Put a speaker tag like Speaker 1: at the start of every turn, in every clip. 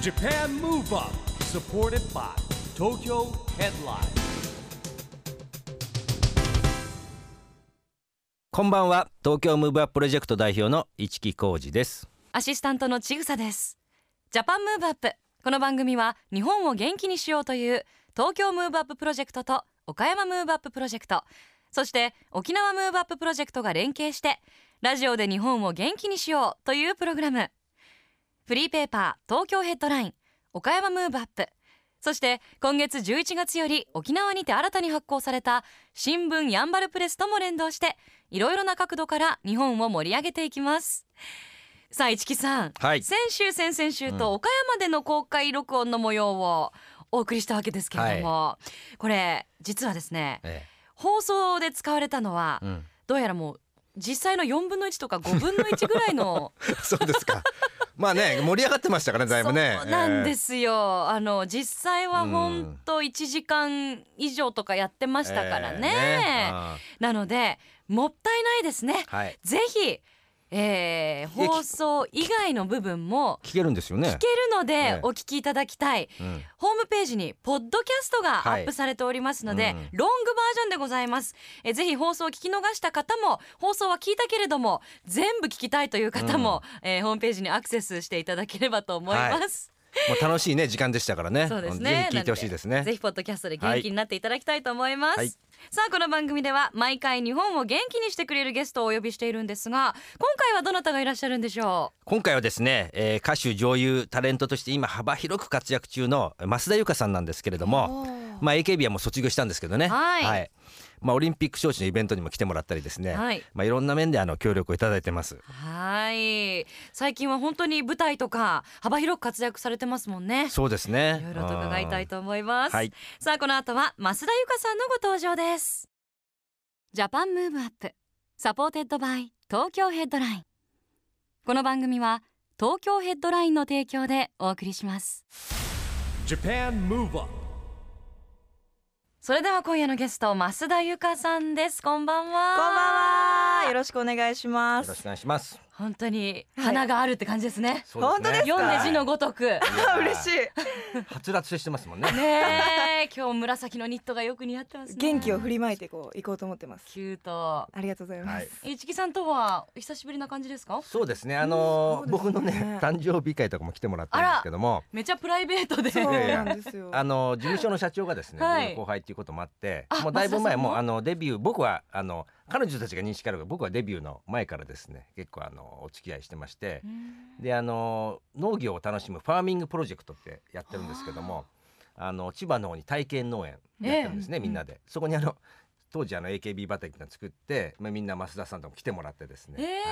Speaker 1: Japan Move Up supported by Tokyo Headline
Speaker 2: こんばんは東京ムーブアッププロジェクト代表の市木浩二です
Speaker 3: アシスタントのちぐさです。ジャパンムーブアップ。この番組は日本を元気にしようという東京ムーブアッププロジェクトと岡山ムーブアッププロジェクト、そして沖縄ムーブアッププロジェクトが連携してラジオで日本を元気にしようというプログラム。フリーペーパー東京ヘッドライン岡山ムーブアップ。そして今月11月より沖縄にて新たに発行された新聞ヤンバルプレスとも連動していろいろな角度から日本を盛り上げていきます。さあ市木さん、
Speaker 2: はい
Speaker 3: 先週先々週と岡山での公開録音の模様をお送りしたわけですけれども、これ実はですね
Speaker 2: え
Speaker 3: 放送で使われたのは
Speaker 2: え、うん、
Speaker 3: どうやらもう実際の4分の1とか5分の1ぐら いの
Speaker 2: そうですかまあね盛り上がってましたからねだいぶね、
Speaker 3: そうなんですすよ、あの実際は本当1時間以上とかやってましたからね,、
Speaker 2: あ
Speaker 3: なのでもったいないですね
Speaker 2: あはい
Speaker 3: ぜひ、えー放送以外の部分も
Speaker 2: 聞けるんですよ
Speaker 3: 聞
Speaker 2: ね
Speaker 3: けるの
Speaker 2: え
Speaker 3: で
Speaker 2: え
Speaker 3: お聞きいただきたい、
Speaker 2: うん
Speaker 3: ホームページにポッドキャストがアップされておりますので、
Speaker 2: はいうん
Speaker 3: ロングバージョンでございますえぜひ放送を聞き逃した方も放送は聞いたけれども全部聞きたいという方も、えーホームページにアクセスしていただければと思います、
Speaker 2: もう楽しいね時間でしたからね
Speaker 3: そうです
Speaker 2: ぜ
Speaker 3: ね
Speaker 2: ひ聞いてほしいです
Speaker 3: なの
Speaker 2: ね
Speaker 3: ぜひポッドキャストで元気になっていただきたいと思います、
Speaker 2: はい
Speaker 3: さあこの番組では毎回日本を元気にしてくれるゲストをお呼びしているんですが今回はどなたがいらっしゃるんでしょ
Speaker 2: 今回はですね、えー歌手女優タレントとして今幅広く活躍中の増田由香さんなんですけれど
Speaker 3: う
Speaker 2: もまあ AKB はもう卒業したんですけどね
Speaker 3: はい
Speaker 2: まあオリンピック招致のイベントにも来てもらったりですね、
Speaker 3: はい
Speaker 2: まあいろんな面であの協力をいただいてます
Speaker 3: はい最近は本当に舞台とか幅広く活躍されてますもんね
Speaker 2: そうですね
Speaker 3: いろいろと伺いたいと思います、
Speaker 2: はい
Speaker 3: さあこの後は増田由香さんのご登場ですジャパンムーブアップサポーテッドバイ東京ヘッドラインこの番組は東京ヘッドラインの提供でお送りします
Speaker 1: Japan Move Up
Speaker 3: それでは今夜のゲスト増田由香さんですこんばんは
Speaker 4: こんばんは。よろしくお願いしま
Speaker 2: よろし
Speaker 4: す
Speaker 2: く。お願いします
Speaker 3: 本当に
Speaker 4: はい
Speaker 3: 花があるって感じですね、
Speaker 4: 本当です
Speaker 3: 読んで字のごとく
Speaker 4: 嬉しい。
Speaker 2: いはつらつしてますもんね
Speaker 3: ねえ今日紫のニットがよく似合ってますね
Speaker 4: 元気を振りまいてこう行こうと思ってます。
Speaker 3: キュート
Speaker 4: ありがとうございます。
Speaker 3: 一木さんとは久しぶりな感じですか
Speaker 2: そうですねあのー
Speaker 4: うん
Speaker 2: 僕
Speaker 4: そうですね
Speaker 2: のね誕生日会とかも来てもらったんですけども
Speaker 3: めちゃプライベートで
Speaker 4: そう
Speaker 2: いやいや
Speaker 4: なんですよ。
Speaker 2: あの事務所の社長がですね、
Speaker 3: はい
Speaker 2: 僕の後輩っていうこともあって
Speaker 3: あ
Speaker 2: もうだいぶ
Speaker 3: 増田
Speaker 2: 前
Speaker 3: さんも
Speaker 2: もうあのデビュー僕はあの彼女たちが認識あるが僕はデビューの前からですね結構あのお付き合いしてましてであの農業を楽しむファーミングプロジェクトってやってるんですけどもあの千葉の方に体験農園やってるんですね、
Speaker 4: ええ
Speaker 2: みんなで、そこにあの当時あの AKB 畑ってのを作って、まあ、みんな増田さんとも来てもらってですね、
Speaker 3: ええ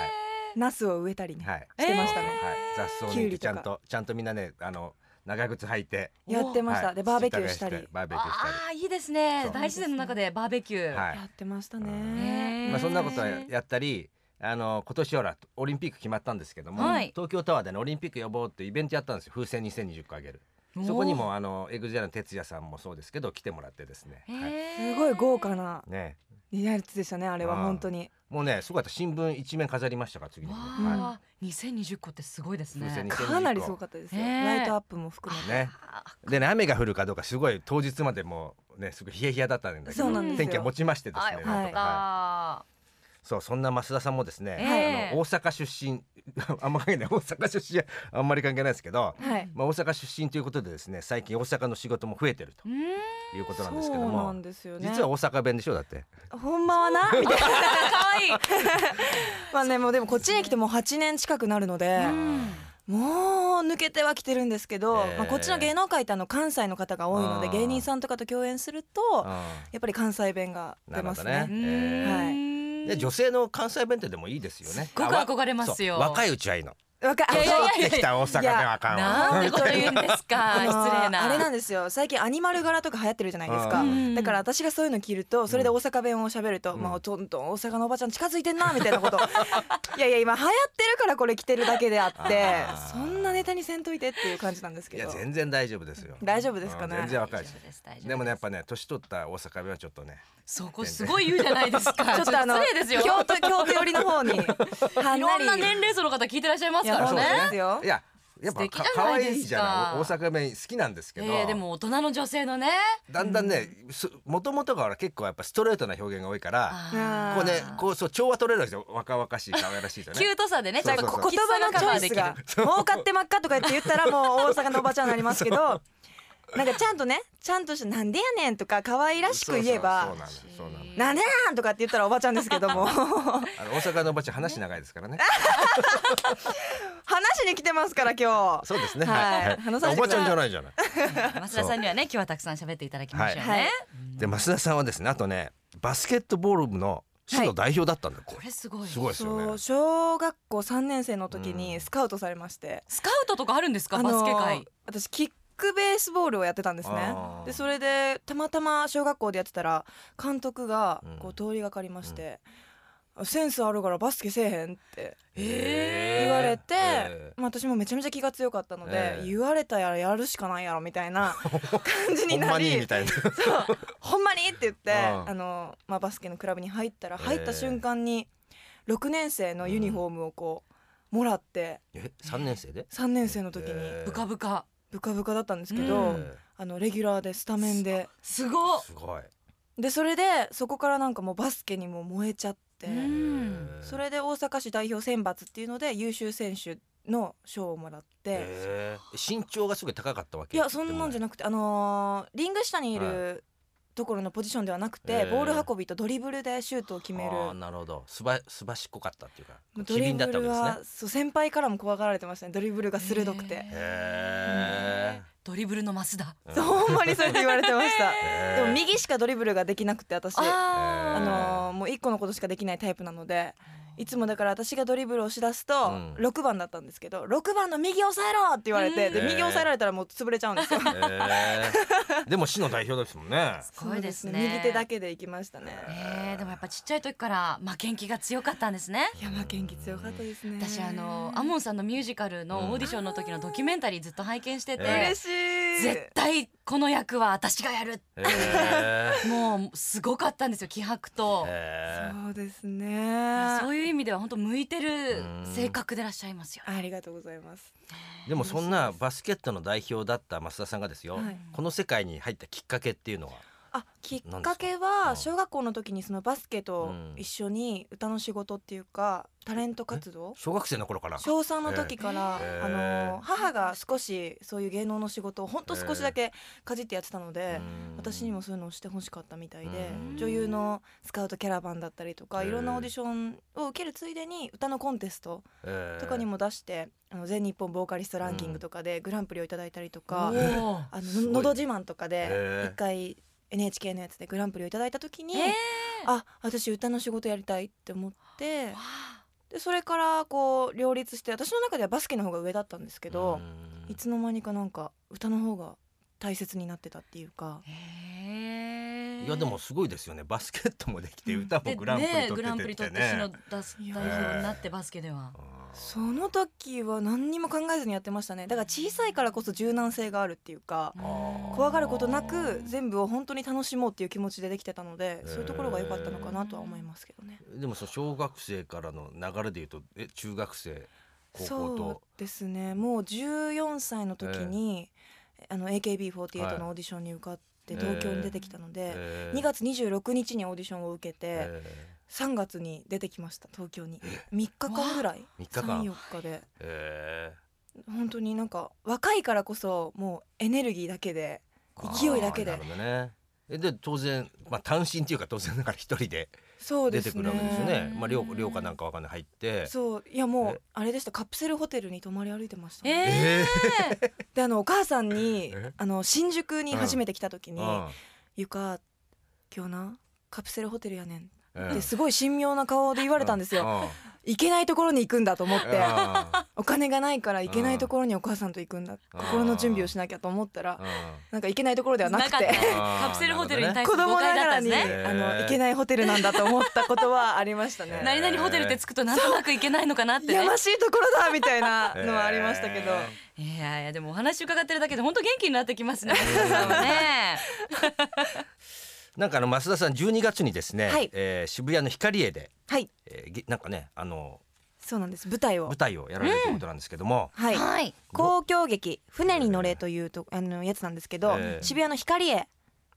Speaker 4: ナスを植えたりね、
Speaker 2: はい、はい
Speaker 4: してました
Speaker 3: え
Speaker 4: ね。
Speaker 2: はい、雑草
Speaker 4: き
Speaker 2: 抜
Speaker 4: ゅう
Speaker 2: いて
Speaker 4: り
Speaker 2: ち
Speaker 4: と
Speaker 2: ゃ
Speaker 4: か
Speaker 2: んとちゃんとみんなねあの長靴履いて
Speaker 3: ー
Speaker 4: やってました。
Speaker 2: はい
Speaker 4: でバーベキューしたり
Speaker 2: 土耕バーベキューしたり
Speaker 3: ああいいですね
Speaker 2: そう
Speaker 3: 大自然の中でバーベキュー、
Speaker 2: はい
Speaker 4: やってました
Speaker 2: う
Speaker 4: ね。
Speaker 3: へー
Speaker 2: まあ、そんなことはやったりあの今年ほらオリンピック決まったんですけども、
Speaker 3: はい
Speaker 2: 東京タワーでのオリンピック予防っていうイベントやったんですよ風船2020個あげるそこにもあのエグゼラの哲也さんもそうですけど来てもらってですね、
Speaker 3: おー
Speaker 2: はい
Speaker 3: へー
Speaker 4: すごい豪華な
Speaker 2: ね
Speaker 4: やつでしたね。あれは
Speaker 2: うん
Speaker 4: 本当に。
Speaker 2: もうねすごかった新聞一面飾りましたから次の
Speaker 3: わ
Speaker 2: 日ね
Speaker 4: ー
Speaker 2: は
Speaker 3: あ、2020個ってすごいです
Speaker 2: 風船に
Speaker 3: ね
Speaker 2: 2020個
Speaker 4: かなりすごかったですよ。
Speaker 3: ね
Speaker 4: ライトアップも含め
Speaker 2: い
Speaker 4: て。
Speaker 2: ね
Speaker 3: あ
Speaker 2: でね雨が降るかどうかすごい当日までもうねすごいヒヤヒヤだったんだけ
Speaker 4: そう
Speaker 2: ど
Speaker 4: なんですよ。
Speaker 2: 天気は持ちましてです
Speaker 3: あ
Speaker 2: ね
Speaker 3: よ
Speaker 2: な
Speaker 3: か
Speaker 2: ん
Speaker 3: っ
Speaker 2: と
Speaker 3: た、
Speaker 2: かはいそうそんな増田さんもですね、
Speaker 3: ええ
Speaker 2: あの大阪出身 あんま関係ない大阪出身はあんまり関係ないですけど、
Speaker 4: はい。
Speaker 2: まあ、大阪出身ということでですね最近大阪の仕事も増えてる
Speaker 3: うーん
Speaker 2: ということなんですけど
Speaker 4: そうな
Speaker 2: も、
Speaker 4: んですよね。
Speaker 2: 実は大阪弁でしょだって
Speaker 4: ほんまは なみたいな。
Speaker 3: 可愛い
Speaker 4: まあねもうでもこっちに来てもう8年近くなるので。
Speaker 3: うん
Speaker 4: もう抜けてはきてるんですけど、
Speaker 2: えー
Speaker 4: まあ、こっちの芸能界ってあの関西の方が多いので
Speaker 2: あー
Speaker 4: 芸人さんとかと共演すると
Speaker 2: う
Speaker 4: やっぱり関西弁が出ます
Speaker 2: なるほ
Speaker 4: ね
Speaker 2: どねえ
Speaker 4: ー
Speaker 2: んで女性の関西弁ってでもいいですよね
Speaker 3: すっごく憧れますよ
Speaker 2: あわそう若いうちはいいの
Speaker 4: 若い
Speaker 3: いやいやいや
Speaker 2: 戻ってきた大阪ではあかんわ
Speaker 3: なんて こと言うんですか
Speaker 4: あのー
Speaker 3: 失礼な
Speaker 4: あれなんですよ最近アニマル柄とか流行ってるじゃないです
Speaker 2: う
Speaker 4: か
Speaker 2: ん
Speaker 4: だから私がそういうの着るとそれで大阪弁を喋ると、
Speaker 2: うん
Speaker 4: まあどんどん大阪のおばちゃん近づいてんなみた いなこといやいや今流行ってるからこれ着てるだけであって
Speaker 2: あー
Speaker 4: そんなネタにせんといてっていう感じなんです
Speaker 2: い
Speaker 4: け
Speaker 2: や
Speaker 4: ど
Speaker 2: 全然大丈夫ですよ
Speaker 4: 大丈夫ですかね
Speaker 2: うん全然若いし
Speaker 3: 大丈夫です大丈夫です
Speaker 2: でもねやっぱね年取った大阪弁はちょっとね
Speaker 3: そこすごい言うじゃないですか
Speaker 4: ちょっとあの
Speaker 3: 失礼ですよ
Speaker 4: 京都京都寄りの方に は
Speaker 3: い
Speaker 4: ん
Speaker 3: ろ
Speaker 4: なり
Speaker 3: んな年齢層の方聞いてらっしゃいますか
Speaker 4: や
Speaker 3: ら
Speaker 4: そう
Speaker 3: ね
Speaker 4: ですよ
Speaker 2: いややっぱ
Speaker 3: 素敵
Speaker 2: か
Speaker 3: じゃ
Speaker 2: 可
Speaker 3: ないですか
Speaker 2: 愛いじゃない大阪弁好きなんですけど、
Speaker 3: えーでも大人の女性のね
Speaker 2: だんだんねもともとが結構やっぱストレートな表現が多いから
Speaker 3: あー
Speaker 2: こうねこうそう調和取れるんですよ若々しい可愛らしいとね
Speaker 3: キュートさでねち
Speaker 2: そ
Speaker 3: ょ
Speaker 2: う
Speaker 3: っ
Speaker 2: そ
Speaker 3: と
Speaker 2: うそう
Speaker 3: こう
Speaker 4: 言葉のチョイスが「儲かって真っ赤」とか言って言ったらもう大阪のおばちゃんになりますけどなんかちゃんとねちゃんとして「なんでやねん」とか可愛らしく言え
Speaker 2: そ
Speaker 4: ば
Speaker 2: うそうそうなの
Speaker 4: 「なんでなん」とかって言ったらおばちゃんですけ ども話
Speaker 2: そうなのあの大阪のおばちゃん話長いですからね
Speaker 4: に来てますから今日
Speaker 2: そうですね
Speaker 4: はい話さ
Speaker 2: お
Speaker 4: せて
Speaker 2: ば
Speaker 4: ください
Speaker 2: ちゃんじゃないじゃない
Speaker 3: 増田さんにはね今日はたくさん喋っていただきましたよね、
Speaker 4: はいはい
Speaker 2: で増田さんはですねあとねバスケットボール部の市の代表だったんだよこ
Speaker 3: こ
Speaker 2: れ
Speaker 3: れすごい
Speaker 2: すごいですよ
Speaker 4: そ
Speaker 2: ね
Speaker 4: う小学校3年生の時にスカウトされまして、
Speaker 3: スカウトとかあるんですか、
Speaker 4: あのー
Speaker 3: バスケ界
Speaker 4: 私キックベースボールをやってたんですね
Speaker 2: あー
Speaker 4: でそれでたまたま小学校でやってたら監督が
Speaker 2: う
Speaker 4: こうん通りがかりまして、センスあるからバスケせえへんって
Speaker 2: へー
Speaker 4: 言われて、
Speaker 2: えー
Speaker 4: まあ、私もめちゃめちゃ気が強かったので、
Speaker 2: ええ
Speaker 4: 言われたやらやるしかないやろみたい な感じ
Speaker 2: ほ
Speaker 4: に
Speaker 2: ん
Speaker 4: な
Speaker 2: ま
Speaker 4: り
Speaker 2: にみたいな
Speaker 4: そうほんまにって言ってあ
Speaker 2: うん
Speaker 4: の、まあ、バスケのクラブに入ったら
Speaker 2: ええ
Speaker 4: 入った瞬間に6年生のユニフォームをこうもらって
Speaker 2: え三年生で
Speaker 4: 3年生の時に
Speaker 2: えー
Speaker 3: ブカブカ
Speaker 4: ブカブカだったんですけ
Speaker 2: え
Speaker 4: ど、
Speaker 3: うん
Speaker 2: ー
Speaker 4: あのレギュラーでスタメンです
Speaker 3: ごっ
Speaker 2: すごい
Speaker 4: でそれでそこからなんかもうバスケにも燃えちゃって、
Speaker 3: うん
Speaker 2: えー
Speaker 4: それで大阪市代表選抜っていうので優秀選手の賞をもらって。
Speaker 2: えー身長がすごい高かったわ
Speaker 4: い
Speaker 2: け
Speaker 4: やそんなんじゃ
Speaker 2: な
Speaker 4: なくてあのーリング下にいるところのポジションではなくて、
Speaker 2: ええ
Speaker 4: ボール運びとドリブルでシュートを決めるも
Speaker 2: なるほどすばすばしっこかったっていうか
Speaker 4: うド
Speaker 2: 機
Speaker 4: リ
Speaker 2: 敏
Speaker 4: ブ
Speaker 2: だったわ
Speaker 4: ル
Speaker 2: けですね
Speaker 4: は、そう先輩からも怖がられてましたねドリブルが鋭くて、
Speaker 2: へ
Speaker 3: ドリブルのマスだ
Speaker 2: ー
Speaker 4: そうほんまにそうやって言われてま した、
Speaker 2: へー
Speaker 4: でも右しかドリブルができなくて私あ
Speaker 3: あー
Speaker 2: えー
Speaker 4: のーもう一個のことしかできないタイプなのでいつもだから私がドリブルをしだすと
Speaker 2: うん
Speaker 4: 6番だったんですけど6番の右押さえろって言われて、で
Speaker 2: うん
Speaker 4: 右押さえられたらもう潰れちゃうんです よ
Speaker 2: へーでも市の代表ですもんね
Speaker 3: すごいですね
Speaker 4: そう右手だけで行きましたね
Speaker 3: えー、でもやっぱちっちゃい時から負けん気が強かったんですね
Speaker 4: 山県気強かったですね
Speaker 3: 私あのアモンさんのミュージカルのオーディションの時のドキュメンタリーずっと拝見してて、
Speaker 2: うんえ
Speaker 4: 嬉しい
Speaker 3: 絶対この役は私がやる
Speaker 2: へー
Speaker 3: もうすごかったんですよ気迫と、
Speaker 2: へ
Speaker 4: そうです
Speaker 3: そ
Speaker 4: ね
Speaker 3: ういう意味では本当向いてる性格でいらっしゃいますよね
Speaker 4: ありがとうございます
Speaker 2: ーでもそんなバスケットの代表だった増田さんがですよ、
Speaker 4: はい
Speaker 2: この世界に入ったきっかけっていうのは
Speaker 4: あきっかけは小学校の時にそのバスケと一緒に歌の仕事っていうかタレント活動
Speaker 2: 小学生の頃から
Speaker 4: 小3の時から、
Speaker 2: えー
Speaker 4: あの母が少しそういう芸能の仕事をほんと少しだけかじってやってたので、
Speaker 2: うん
Speaker 4: 私にもそういうのをしてほしかったみたいで、
Speaker 2: うん
Speaker 4: 女優のスカウトキャラバンだったりとか、
Speaker 2: えー
Speaker 4: いろんなオーディションを受けるついでに歌のコンテスト
Speaker 2: へー
Speaker 4: とかにも出して、あの全日本ボーカリストランキングとかでグランプリをいただいたりとか、
Speaker 3: おー
Speaker 4: あの
Speaker 2: すごい
Speaker 4: ののど自慢とか
Speaker 2: へ
Speaker 4: で
Speaker 2: ー
Speaker 4: 一回 NHK のやつでグランプリをいただいた時に、
Speaker 3: え
Speaker 4: あ私歌の仕事やりたいって思って
Speaker 3: ー、わ。あ
Speaker 4: でそれからこう両立して私の中ではバスケの方が上だったんですけ
Speaker 2: う、
Speaker 4: ど
Speaker 2: ん
Speaker 4: いつの間にかなんか歌の方が大切になってたっていうか
Speaker 3: へー
Speaker 2: いやでもすごいですよねバスケットもできて歌も
Speaker 3: で
Speaker 2: グランプリ
Speaker 3: ねグランプ
Speaker 2: 取
Speaker 3: リ
Speaker 2: って
Speaker 3: 取
Speaker 2: て
Speaker 3: っ
Speaker 2: ね
Speaker 3: て市のだす
Speaker 4: いや
Speaker 3: 代表になってバスケでは
Speaker 4: その時は何にも考えずにやってましたねだから小さいからこそ柔軟性があるっていうか
Speaker 2: ー
Speaker 4: 怖がることなく全部を本当に楽しもうっていう気持ちでできてたのでそういうところが良かったのかなとは思いますけどね。
Speaker 2: でもその小学生からの流れでいうとえ中学生高校
Speaker 4: そう
Speaker 2: と
Speaker 4: ですねもう14歳の時に、あの AKB48
Speaker 2: はい
Speaker 4: のオーディションに受かって
Speaker 2: えー
Speaker 4: 東京に出てきたので、
Speaker 2: えー
Speaker 4: 2月26日にオーディションを受けて、
Speaker 2: え
Speaker 4: 3月に出てきました東京に3日間ぐらい
Speaker 2: 3日間
Speaker 4: 34日で
Speaker 2: ーえ
Speaker 4: 本当になんか若いからこそもうエネルギーだけで
Speaker 2: ー
Speaker 4: 勢いだけで
Speaker 2: あーなるほどねえで当然まあ単身っていうか当然だから一人で
Speaker 4: そうで
Speaker 2: 出
Speaker 4: す
Speaker 2: て
Speaker 4: ね
Speaker 2: くるわけですよね
Speaker 3: ね
Speaker 2: まあ寮寮かなんかわかんない入って
Speaker 4: そういやも
Speaker 2: え
Speaker 4: うあれでしたカプセルホテルに泊まり歩いてました、
Speaker 3: え
Speaker 2: え
Speaker 3: ー
Speaker 4: であのお母さんに
Speaker 2: え
Speaker 4: あの新宿に
Speaker 2: うん
Speaker 4: 初めて来た時に
Speaker 2: うん
Speaker 4: 「ゆか今日なカプセルホテルやねん」
Speaker 2: うん
Speaker 4: ってすごい神妙な顔で言われたんですよ
Speaker 2: うん
Speaker 4: 行けないところに行くんだと思って
Speaker 2: あ
Speaker 4: お金がないから行けないところにお母さんと行くんだ
Speaker 2: うん
Speaker 4: 心の準備をしなきゃと思った
Speaker 2: ー
Speaker 4: ら
Speaker 2: うん
Speaker 4: なんか行けないところではなく
Speaker 3: なか
Speaker 4: て
Speaker 3: った
Speaker 2: あー
Speaker 3: カプセルホテルに対す
Speaker 4: 子
Speaker 3: る誤
Speaker 4: 供な
Speaker 3: 解だ
Speaker 4: が
Speaker 3: った
Speaker 4: ら
Speaker 3: んで
Speaker 4: に、
Speaker 3: すね
Speaker 2: ね
Speaker 4: あの
Speaker 2: へー
Speaker 4: 行けないホテルなんだと思ったことはありました
Speaker 2: へ
Speaker 4: ね。
Speaker 3: 何々ホテルってつくとなんとなくいけないのかなって
Speaker 4: や
Speaker 3: ね
Speaker 4: ましいところだみたい な のはありましたけど、
Speaker 2: え
Speaker 3: いやいやでもお話伺ってるだけで本当元気になってきます ね皆さんはね
Speaker 2: ーなんかあの増田さん12月にですね、
Speaker 4: はい
Speaker 2: えー渋谷の光栄で、
Speaker 4: はい
Speaker 2: えー、ぎなんかねあの
Speaker 4: そうなんです舞台を
Speaker 2: 舞台をやられるということなんですけども、
Speaker 4: はい
Speaker 3: はい。
Speaker 4: 交響劇「船に乗れ」というとあのやつなんですけど、
Speaker 2: ええ
Speaker 4: 渋谷の光へ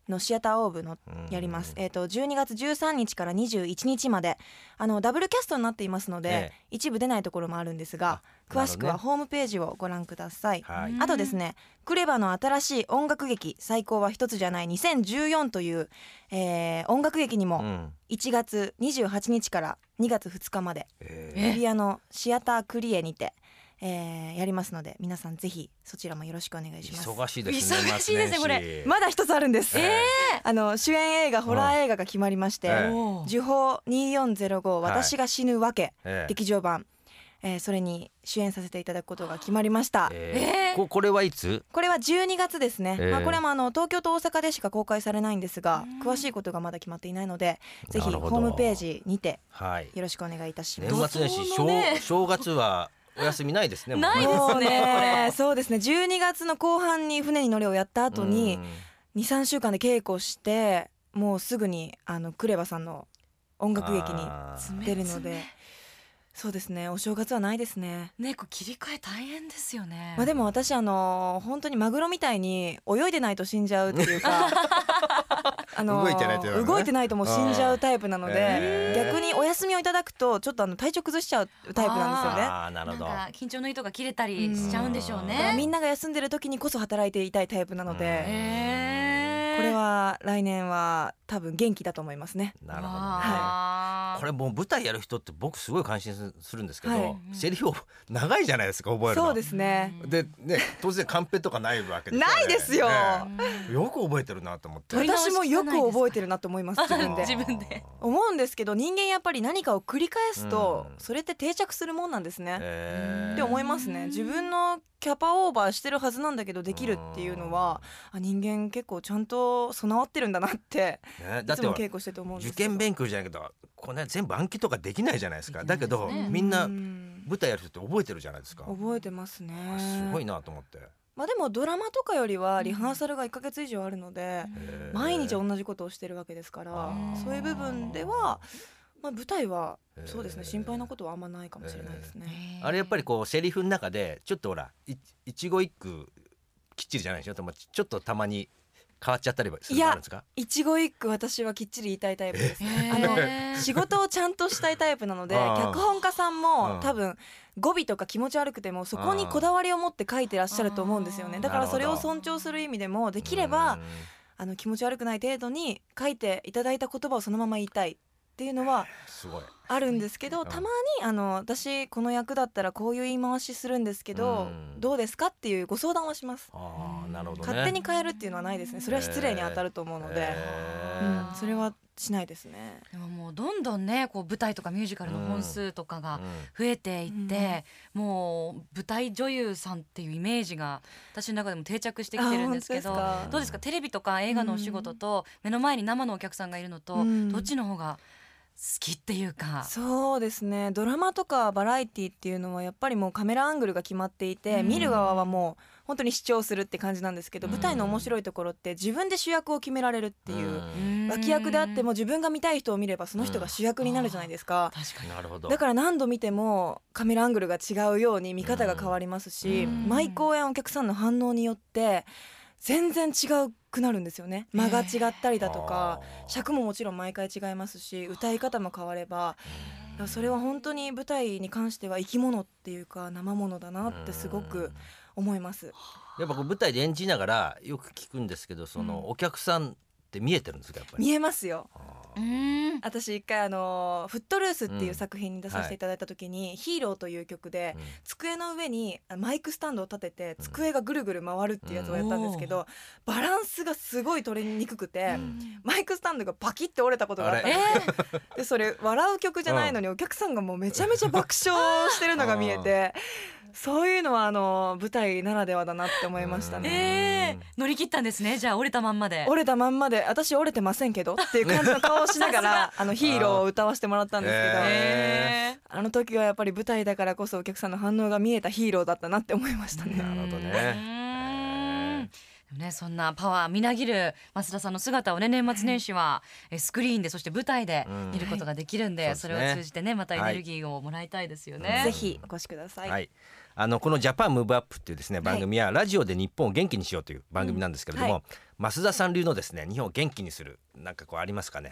Speaker 4: のシアターオーブの
Speaker 2: うん
Speaker 4: やります、えー、と12月13日から21日まであのダブルキャストになっていますので、
Speaker 2: ええ
Speaker 4: 一部出ないところもあるんですが
Speaker 2: あなるほどね
Speaker 4: 詳しくはホームページをご覧ください、
Speaker 2: はい、
Speaker 4: あとですねクレバの新しい音楽劇「最高は一つじゃない2014」という、えー音楽劇に
Speaker 2: う
Speaker 4: も
Speaker 2: ん
Speaker 4: 1月28日から2月2日まで
Speaker 2: えー
Speaker 3: え
Speaker 4: ビアのシアタークリエにて、えーやりますので皆さんぜひそちらもよろしくお願いします
Speaker 2: 忙しいですね
Speaker 3: 忙しいですねこれ
Speaker 2: 年始
Speaker 4: まだ一つあるんです、
Speaker 2: ええ
Speaker 4: あの主演映画ホラー映画が決まりまして、
Speaker 2: ええ
Speaker 3: おー
Speaker 4: 呪法2405
Speaker 2: はい
Speaker 4: 私が死ぬわけ、
Speaker 2: ええ
Speaker 4: 劇場版、えーそれに主演させていただくことが決まりました、
Speaker 2: え
Speaker 3: えー
Speaker 2: ーここれはいつ
Speaker 4: これは12月ですね、
Speaker 2: ええ
Speaker 4: まあ、これもあの東京と大阪でしか公開されないんですが詳しいことがまだ決まっていないのでぜ
Speaker 2: な
Speaker 4: ひホ
Speaker 2: るほど
Speaker 4: ームページにて
Speaker 2: はい
Speaker 4: よろしくお願いいたしま
Speaker 2: 年
Speaker 4: す
Speaker 2: 末年始
Speaker 3: どうね
Speaker 2: 正正月はお休みないですねもう
Speaker 3: ないですね
Speaker 4: もう
Speaker 3: これ
Speaker 4: そうですね12月の後半に船に乗れをやった後に
Speaker 2: うん
Speaker 4: 23週間で稽古してもうすぐにあのクレバさんの音楽劇に
Speaker 2: あー
Speaker 4: 出るのでそうですねお正月はないですね
Speaker 3: ねこう切り替え大変ですよね。
Speaker 4: まあでも私あの本当にマグロみたいに泳いでないと死んじゃうっていうか あ
Speaker 2: 動いてないというのね
Speaker 4: 動いてないともう死んじゃうタイプなの
Speaker 2: へ
Speaker 4: で
Speaker 2: ー
Speaker 4: 逆にお休みをいただくとちょっとあの体調崩しちゃうタイプなんですよね
Speaker 2: あーなる
Speaker 3: なん
Speaker 2: ほど
Speaker 3: か緊張の糸が切れたりしちゃうんでしょう
Speaker 2: あ
Speaker 4: だからみ
Speaker 3: ね。
Speaker 4: んなが休んでる時にこそ働いていたいタイプなの
Speaker 2: う
Speaker 4: で
Speaker 2: んな
Speaker 3: えー
Speaker 4: これは来年は多分元気だと思いますね
Speaker 2: なるほどね
Speaker 3: わー
Speaker 2: これもう舞台やる人って僕すごい感心すするんですけど、
Speaker 4: はい
Speaker 2: セリフを 長いじゃないですか覚えるの
Speaker 4: そうですね
Speaker 2: でね当然カンペとかないわけですよね
Speaker 4: ないですよ
Speaker 2: ね
Speaker 3: うん
Speaker 2: よく覚えてるなと思って
Speaker 3: 取り直し
Speaker 4: 私もよく覚えてるなと思います自分で
Speaker 3: 自分で
Speaker 4: 思うんですけど人間やっぱり何かを繰り返すと
Speaker 2: うん
Speaker 4: それって定着するもんなんですね、
Speaker 2: え
Speaker 4: って思いますね自分のキャパオーバーしてるはずなんだけどできるっていうのはあ人間結構ちゃんと備わってるんだなって
Speaker 2: ね
Speaker 4: い
Speaker 2: だっ
Speaker 4: つ
Speaker 2: て
Speaker 4: も
Speaker 2: ほら
Speaker 4: 稽古してて思うんで
Speaker 2: 受
Speaker 4: すけど
Speaker 2: 験勉強じゃないけどこれ全部暗記とかできないじゃないですかだけど
Speaker 3: できないですね
Speaker 2: みんな
Speaker 4: うん
Speaker 2: 舞台やる人って覚えてるじゃないですか
Speaker 4: 覚えてますね
Speaker 2: すごいなと思って
Speaker 4: まあでもドラマとかよりはリハーサルが1ヶ月以上あるので
Speaker 2: えー
Speaker 4: 毎日同じことをしてるわけですから
Speaker 2: あー
Speaker 4: そういう部分ではまあ舞台は
Speaker 2: へー
Speaker 4: そうですね心配なことはあんまないかもしれないですね
Speaker 2: あれやっぱりこうセリフの中でちょっとほらい一語一句きっちりじゃないでしょでもちょっとたまに変わっちゃったりするのあるんですか
Speaker 4: 一期一句私はきっちり言いたいタイプです
Speaker 3: へー
Speaker 4: あの仕事をちゃんとしたいタイプなので
Speaker 2: あー
Speaker 4: 脚本家さん
Speaker 2: うん
Speaker 4: も多分語尾とか気持ち悪くてもそこにこだわりを持って書いてらっしゃると思うんですよ
Speaker 3: あ
Speaker 4: ね
Speaker 3: ー
Speaker 4: だからそれを尊重する意味でもできればあの気持ち悪くない程度に書いていただいた言葉をそのまま言いたいっていうのは
Speaker 2: すごい
Speaker 4: あるんですけ
Speaker 2: う
Speaker 4: ど
Speaker 2: ん
Speaker 4: たまにあの私この役だったらこういう言い回しするんですけど
Speaker 2: うん
Speaker 4: どうですかっていうご相談はします
Speaker 2: あーなるほどね
Speaker 4: 勝手に変えるっていうのはないですねそれは失礼に当たると思うので
Speaker 2: え
Speaker 4: うん
Speaker 2: ー
Speaker 4: それはしないですね
Speaker 3: でももうどんどんねこう舞台とかミュージカルの本数とかが増えていって、もう舞台女優さんっていうイメージが私の中でも定着してきてるんですけど
Speaker 4: あ本当ですか
Speaker 3: どうですかテレビとか映画のお仕事と目の前に生のお客さんがいるのと、
Speaker 4: うん
Speaker 3: どっちの方が好きっていうか。
Speaker 4: そうですねドラマとかバラエティっていうのはやっぱりもうカメラアングルが決まっていて、
Speaker 3: うん
Speaker 4: 見る側はもう本当に視聴するって感じなんですけど、
Speaker 2: うん
Speaker 4: 舞台の面白いところって自分で主役を決められるっていう、
Speaker 3: うん
Speaker 4: 脇役であっても自分が見たい人を見ればその人が主役になるじゃないですか、
Speaker 3: 確かに
Speaker 2: なるほど
Speaker 4: だから何度見てもカメラアングルが違うように見方が変わりますし、
Speaker 3: うん
Speaker 4: 毎公演お客さんの反応によって全然違うくなるんですよね間が違ったりだとか、
Speaker 2: あー
Speaker 4: 尺ももちろん毎回違いますし歌い方も変わればいやそれは本当に舞台に関しては生き物っていうか生ものだなってすご
Speaker 2: うん
Speaker 4: く思います。
Speaker 2: やっぱこう舞台で演じながらよく聞くんですけどそうのお客さんって見えてるんですかやっぱり
Speaker 4: 見えますよ
Speaker 3: うん
Speaker 4: 私一回あのフットルースっていう作品に出
Speaker 2: うん
Speaker 4: さ
Speaker 2: は
Speaker 4: せ
Speaker 2: い
Speaker 4: ていただいた時に、ヒーローという曲で
Speaker 2: うん
Speaker 4: 机の上にマイクスタンドを立てて
Speaker 2: うん
Speaker 4: 机がぐるぐる回るっていうやつをやったんですけど、バランスがすごい取りにくくて、
Speaker 2: うん
Speaker 4: マイクスタンドがパキって折れたことがあったん
Speaker 2: あれ
Speaker 4: です
Speaker 3: え
Speaker 4: よ
Speaker 3: ー
Speaker 4: でそれ笑う曲じゃないのにお客さんがもうめちゃめちゃ爆笑してるのが見えてそういうのはあの舞台ならではだなって思いましたね。
Speaker 3: えー乗り切ったんですねじゃあ折れたまんまで。
Speaker 4: 折れたまんまで私折れてませんけどっていう感じの顔をしなが らあのヒーローを歌わせてもらったんですけど、
Speaker 2: え
Speaker 4: あの時はやっぱり舞台だからこそお客さんの反応が見えたヒーローだったなって思いましたね。
Speaker 2: なるほどね
Speaker 3: うんね、そんなパワーみなぎる増田さんの姿をね年末年始はえスクリーンでそして舞台で
Speaker 2: うん
Speaker 3: 見ることができるんで、
Speaker 2: はい
Speaker 3: そ
Speaker 2: そ
Speaker 3: れ
Speaker 2: う
Speaker 3: を
Speaker 2: ですね
Speaker 3: 通じてねまたエネルギーをもらいたいですよね。
Speaker 2: はい
Speaker 4: ぜひお越しください。
Speaker 2: はい、あのこの「ジャパンムーブアップっていうですね番組はラジオで日本を元気にしようという番組なんですけれども、
Speaker 4: は
Speaker 2: 増田さん流のですね日本を元気にするなんかこうありますかね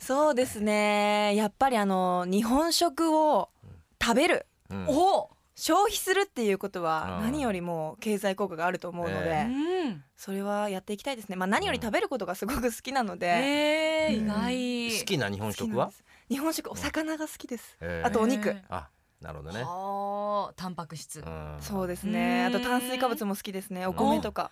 Speaker 4: そうですね。やっぱりあの日本食を食べる、
Speaker 2: うん
Speaker 4: を消費するっていうことは
Speaker 2: うん
Speaker 4: 何よりも経済効果があると思うので、
Speaker 2: え
Speaker 3: うん、
Speaker 4: それはやっていきたいですね。まあ何より食べることがすごく好きなので、
Speaker 3: えー、意外
Speaker 2: 好きな日本食は
Speaker 4: 好きなんです日本食お魚が好きです。
Speaker 2: えー
Speaker 4: あとお肉、
Speaker 2: あなるほどね。
Speaker 3: はあタンパク
Speaker 2: う
Speaker 3: 質、
Speaker 2: ん
Speaker 4: そうですね。
Speaker 3: う
Speaker 4: あ
Speaker 3: ん
Speaker 4: と炭水化物も好きですね。お米とか。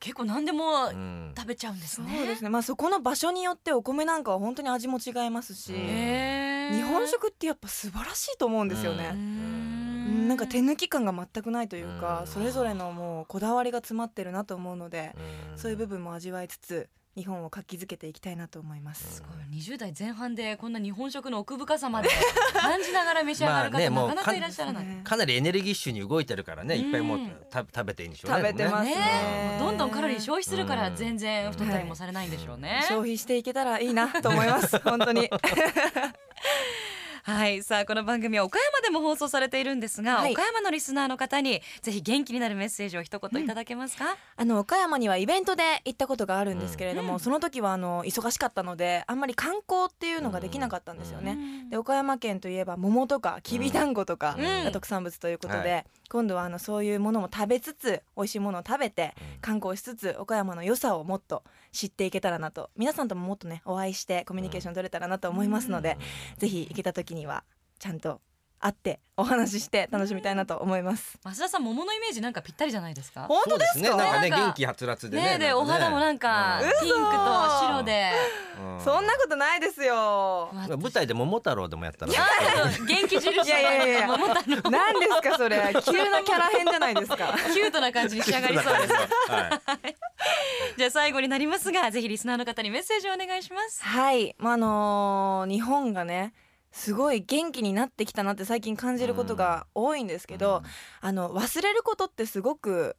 Speaker 3: 結構何でも
Speaker 2: うん
Speaker 3: 食べちゃうんです
Speaker 4: そう
Speaker 3: ね。
Speaker 4: ですね。まあそこの場所によってお米なんかは本当に味も違いますし、
Speaker 2: うん
Speaker 3: えー
Speaker 4: 日本食ってやっぱ素晴らしいと思うんですよね。
Speaker 3: う
Speaker 4: うんなんか手
Speaker 3: ん
Speaker 4: 抜き感が全くないというか、
Speaker 2: うん
Speaker 4: それぞれのもうこだわりが詰まってるなと思うので、
Speaker 2: ん
Speaker 4: そういう部分も味わいつつ日本を活気づけていきたいなと思います
Speaker 3: す、ごい20代前半でこんな日本食の奥深さまで感じながら召し上がる
Speaker 2: まあね
Speaker 3: 方
Speaker 2: もう
Speaker 3: なかなかいらっしゃらない、
Speaker 4: ね
Speaker 2: かなりエネルギッシュに動いてるからねいっぱいもう
Speaker 3: うん
Speaker 2: た食べていいんでしょうね
Speaker 4: 食べてますね
Speaker 2: ね
Speaker 3: どんどんカロリー消費するから
Speaker 2: うん
Speaker 3: 全然太ったりもされないんでしょうね、
Speaker 4: 消費していけたらいいなと思います本当に
Speaker 3: はいさあこの番組は岡山でも放送されているんですが、
Speaker 4: はい
Speaker 3: 岡山のリスナーの方にぜひ元気になるメッセージを一言いただけますか、
Speaker 4: あの岡山にはイベントで行ったことがあるんですけれども、
Speaker 3: うん
Speaker 4: その時はあの忙しかったのであんまり観光っていうのができなかったんですよね、で岡山県といえば桃とかきびだんごとか
Speaker 3: うん
Speaker 4: が特産物ということで、
Speaker 2: は
Speaker 4: 今度はあのそういうものも食べつつ美味しいものを食べて
Speaker 2: うん
Speaker 4: 観光しつつ岡山の良さをもっと知っていけたらなと皆さんとももっとねお会いしてコミュニケーション取れたらなと思いますので、ぜひ行けた時にはちゃんと会ってお話しして楽しみたいなと思います。
Speaker 3: 増田さん桃のイメージなんかぴったりじゃないですか
Speaker 4: 本当です
Speaker 2: そうねなんかね
Speaker 3: なんか
Speaker 2: 元気はつらつで
Speaker 3: ね
Speaker 2: ね
Speaker 3: えでお肌もなんかピンクと白で
Speaker 4: そん
Speaker 2: な
Speaker 4: なことないですよ
Speaker 3: ふ。わ
Speaker 2: ねう
Speaker 3: っと
Speaker 2: ん舞台で桃太郎でもやった ら
Speaker 3: あそう元気印の
Speaker 4: いやいやいやいや
Speaker 3: 桃太郎
Speaker 4: 何ですかそれ急なキャラ変じゃないですか。
Speaker 3: キュートな感じに仕上がりそうです
Speaker 2: はい
Speaker 3: じゃあ最後になりますがぜひリスナーの方にメッセージをお願いします
Speaker 4: はい、まああのー日本がねすごい元気になってきたなって最近感じることが多いんですけど、あの忘れることってすごく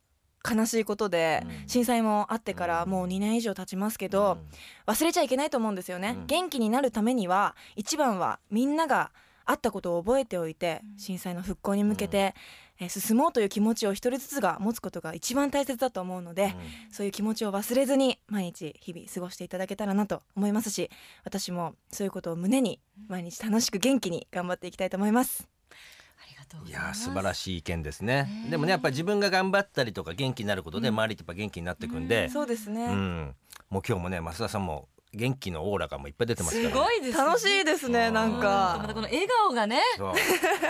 Speaker 4: 悲しいことで、
Speaker 2: うん
Speaker 4: 震災もあってから
Speaker 2: うん
Speaker 4: もう2年以上経ちますけど、忘れちゃいけないと思うんですよね、
Speaker 2: うん
Speaker 4: 元気になるためには一番はみんながあったことを覚えておいて震災の復興に向けて、えー進もうという気持ちを一人ずつが持つことが一番大切だと思うので、そういう気持ちを忘れずに毎日日々過ごしていただけたらなと思いますし私もそういうことを胸に毎日楽しく元気に頑張っていきたいと思います
Speaker 3: ありがとうご
Speaker 2: い
Speaker 3: ざい
Speaker 2: やー
Speaker 3: ます
Speaker 2: 素晴ら
Speaker 3: い
Speaker 2: しい意見ですね
Speaker 3: ねえ
Speaker 2: でもねやっぱり自分が頑張ったりとか元気になることで周りってやっぱ元気になってくんで
Speaker 4: そうですね、
Speaker 2: うんもう今日もね増田さんも元気のオーラがもういっぱい出てますから
Speaker 3: すごいですね
Speaker 4: 楽しいですねな
Speaker 3: うん
Speaker 4: ん
Speaker 3: ま
Speaker 4: か
Speaker 3: たこの笑顔がね
Speaker 2: そう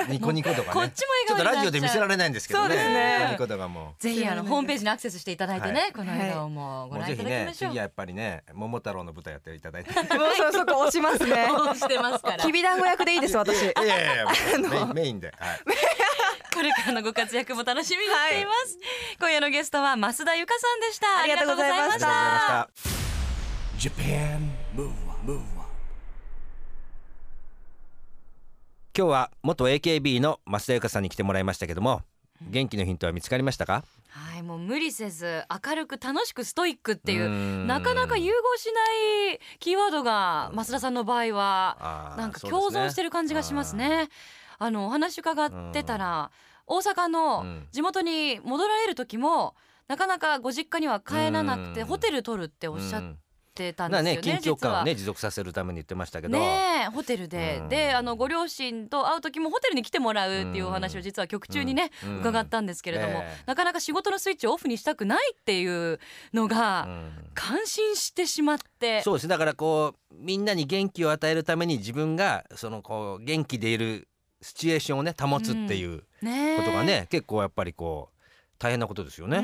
Speaker 2: ニコニコとかね
Speaker 3: こっち
Speaker 2: ちょっと
Speaker 3: も笑顔になっちゃう
Speaker 2: ラジオで見せられないんですけど
Speaker 4: そう
Speaker 2: ね
Speaker 4: ですね
Speaker 2: ニコニコとかも
Speaker 3: ぜひあの
Speaker 4: そうなんです
Speaker 3: ホームページにアクセスしていただいてね、
Speaker 2: は
Speaker 3: この笑顔もご
Speaker 2: もう
Speaker 3: 覧
Speaker 2: ぜ
Speaker 3: いた
Speaker 2: ひ
Speaker 3: だき
Speaker 2: ね
Speaker 3: まし
Speaker 2: 次
Speaker 3: ょう。
Speaker 2: はやっぱりね桃太郎の舞台やっていただ いて
Speaker 4: もう そそこ押しますね
Speaker 3: 応援してますから。
Speaker 4: きびだんご役でいいです私
Speaker 2: いやいやいやもう メインメインではい
Speaker 3: これからのご活躍も楽しみにしています。今夜のゲストは増田由香さんでした。
Speaker 4: ありがとうございました
Speaker 3: ありがとうございまし
Speaker 2: Japan Move Up 今日は元 AKB の増田由香さんに来てもらいましたけども元気のヒントは見つかりましたか
Speaker 3: はい、もう無理せず明るく楽しくストイックっていう
Speaker 2: うーん
Speaker 3: なかなか融合しないキーワードが増田さんの場合は
Speaker 2: あー
Speaker 3: なんか
Speaker 2: そ
Speaker 3: 共
Speaker 2: うですね
Speaker 3: 存してる感じがしますね。あのお話伺ってたら大阪
Speaker 2: う
Speaker 3: の
Speaker 2: ん
Speaker 3: 地元に戻られる時もなかなかご実家には帰らなくて
Speaker 2: うん
Speaker 3: ホテル取るっておっしゃっ
Speaker 2: うん
Speaker 3: てたんで
Speaker 2: な
Speaker 3: す
Speaker 2: ね
Speaker 3: よね
Speaker 2: 緊張
Speaker 3: 実
Speaker 2: 感
Speaker 3: は
Speaker 2: をね持続させるために言ってましたけど、
Speaker 3: ねえホテルで、
Speaker 2: うん
Speaker 3: であのご両親と会う時もホテルに来てもらうっていうお話
Speaker 2: う
Speaker 3: を
Speaker 2: ん
Speaker 3: 実は曲中にね、
Speaker 2: うん
Speaker 3: 伺ったんですけれども、
Speaker 2: ええ
Speaker 3: なかなか仕事のスイッチをオフにしたくないっていうの
Speaker 2: う
Speaker 3: が
Speaker 2: ん
Speaker 3: 感心してしまって、
Speaker 2: そうですねだからこうみんなに元気を与えるために自分がそのこう元気でいるシチュエーションをね保つっていう
Speaker 3: ねえ
Speaker 2: ことがね、結構やっぱりこう大変なことですよね。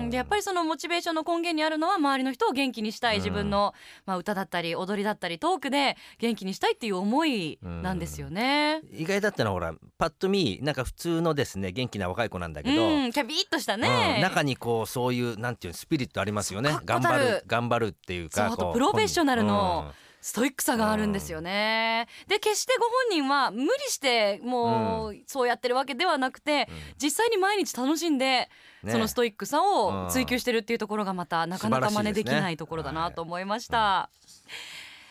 Speaker 3: うんでやっぱ
Speaker 2: り
Speaker 3: りそのモチベーションの根源にあるのは周りの人を元気にしたい
Speaker 2: うん
Speaker 3: 自分の、まあ、歌だったり踊りだったりトークで元気にしたいっていう思いなんですよね。
Speaker 2: 意外だったのはほらパッと見なんか普通のですね元気な若い子なんだ
Speaker 3: う
Speaker 2: けど、
Speaker 3: ん、キャビーっとしたね、
Speaker 2: うん中にこうそういうなんていうのスピリットありますよね
Speaker 3: そう確
Speaker 2: 頑
Speaker 3: 固た
Speaker 2: 張
Speaker 3: る
Speaker 2: る頑張るっていう
Speaker 3: そ
Speaker 2: か
Speaker 3: うあと
Speaker 2: こ
Speaker 3: プロフェッショナルのストイックさがあるんですよね。で決してご本人は無理してもうそうやってるわけではなくて、実際に毎日楽しんで、
Speaker 2: ね
Speaker 3: そのストイックさを追求してるっていうところがまたなかなか
Speaker 2: 素晴ら
Speaker 3: 真
Speaker 2: し
Speaker 3: 似
Speaker 2: いで
Speaker 3: です
Speaker 2: ね
Speaker 3: きないところだなと思いました。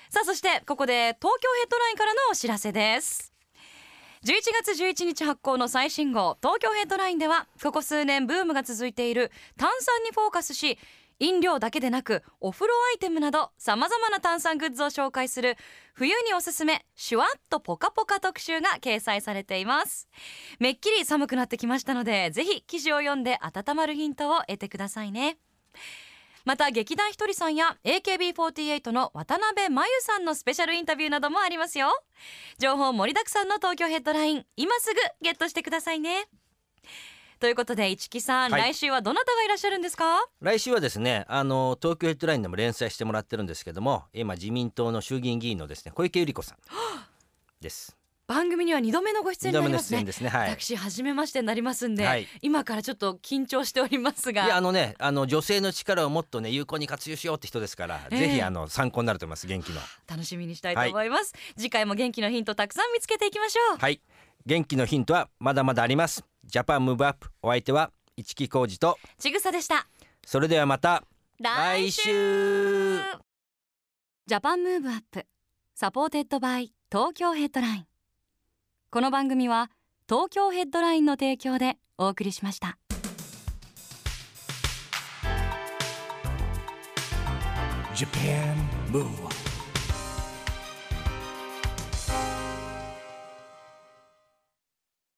Speaker 3: さあそしてここで東京ヘッドラインからのお知らせです。11月11日発行の最新号「東京ヘッドライン」ではここ数年ブームが続いている炭酸にフォーカスし飲料だけでなくお風呂アイテムなどさまざまな炭酸グッズを紹介する冬におすすめ「シュワッとポカポカ」特集が掲載されていますめっきり寒くなってきましたのでぜひ記事を読んで温まるヒントを得てくださいねまた劇団ひとりさんや AKB48 の渡辺真由さんのスペシャルインタビューなどもありますよ情報盛りだくさんの東京ヘッドライン今すぐゲットしてくださいねということで市木さん、
Speaker 2: はい
Speaker 3: 来週はどなたがいらっしゃるんですか
Speaker 2: 来週はですねあの東京ヘッドラインでも連載してもらってるんですけども今自民党の衆議院議員のですね小池百合子さんです
Speaker 3: 番組には2度目のご出
Speaker 2: 二
Speaker 3: 演に
Speaker 2: 度目の
Speaker 3: なります
Speaker 2: 出演
Speaker 3: ね
Speaker 2: ですねはい
Speaker 3: 私初めましてになりますんで、
Speaker 2: はい
Speaker 3: 今からちょっと緊張しております
Speaker 2: いやあ
Speaker 3: が
Speaker 2: のねあの女性の力をもっとね有効に活用しようって人ですから、
Speaker 3: ええ
Speaker 2: ぜひあの参考になると思います元気の
Speaker 3: 楽しみにしたいと思います、次回も元気のヒントたくさん見つけていきましょう
Speaker 2: はい元気のヒントはまだまだありますジャパンムーブアップお相手は市木浩二と
Speaker 3: ちぐさでした
Speaker 2: それではまた
Speaker 3: 来週
Speaker 2: 週
Speaker 3: ジャパンムーブアップサポーテッドバイ東京ヘッドラインこの番組は東京ヘッドラインの提供でお送りしました
Speaker 1: Japan Move Up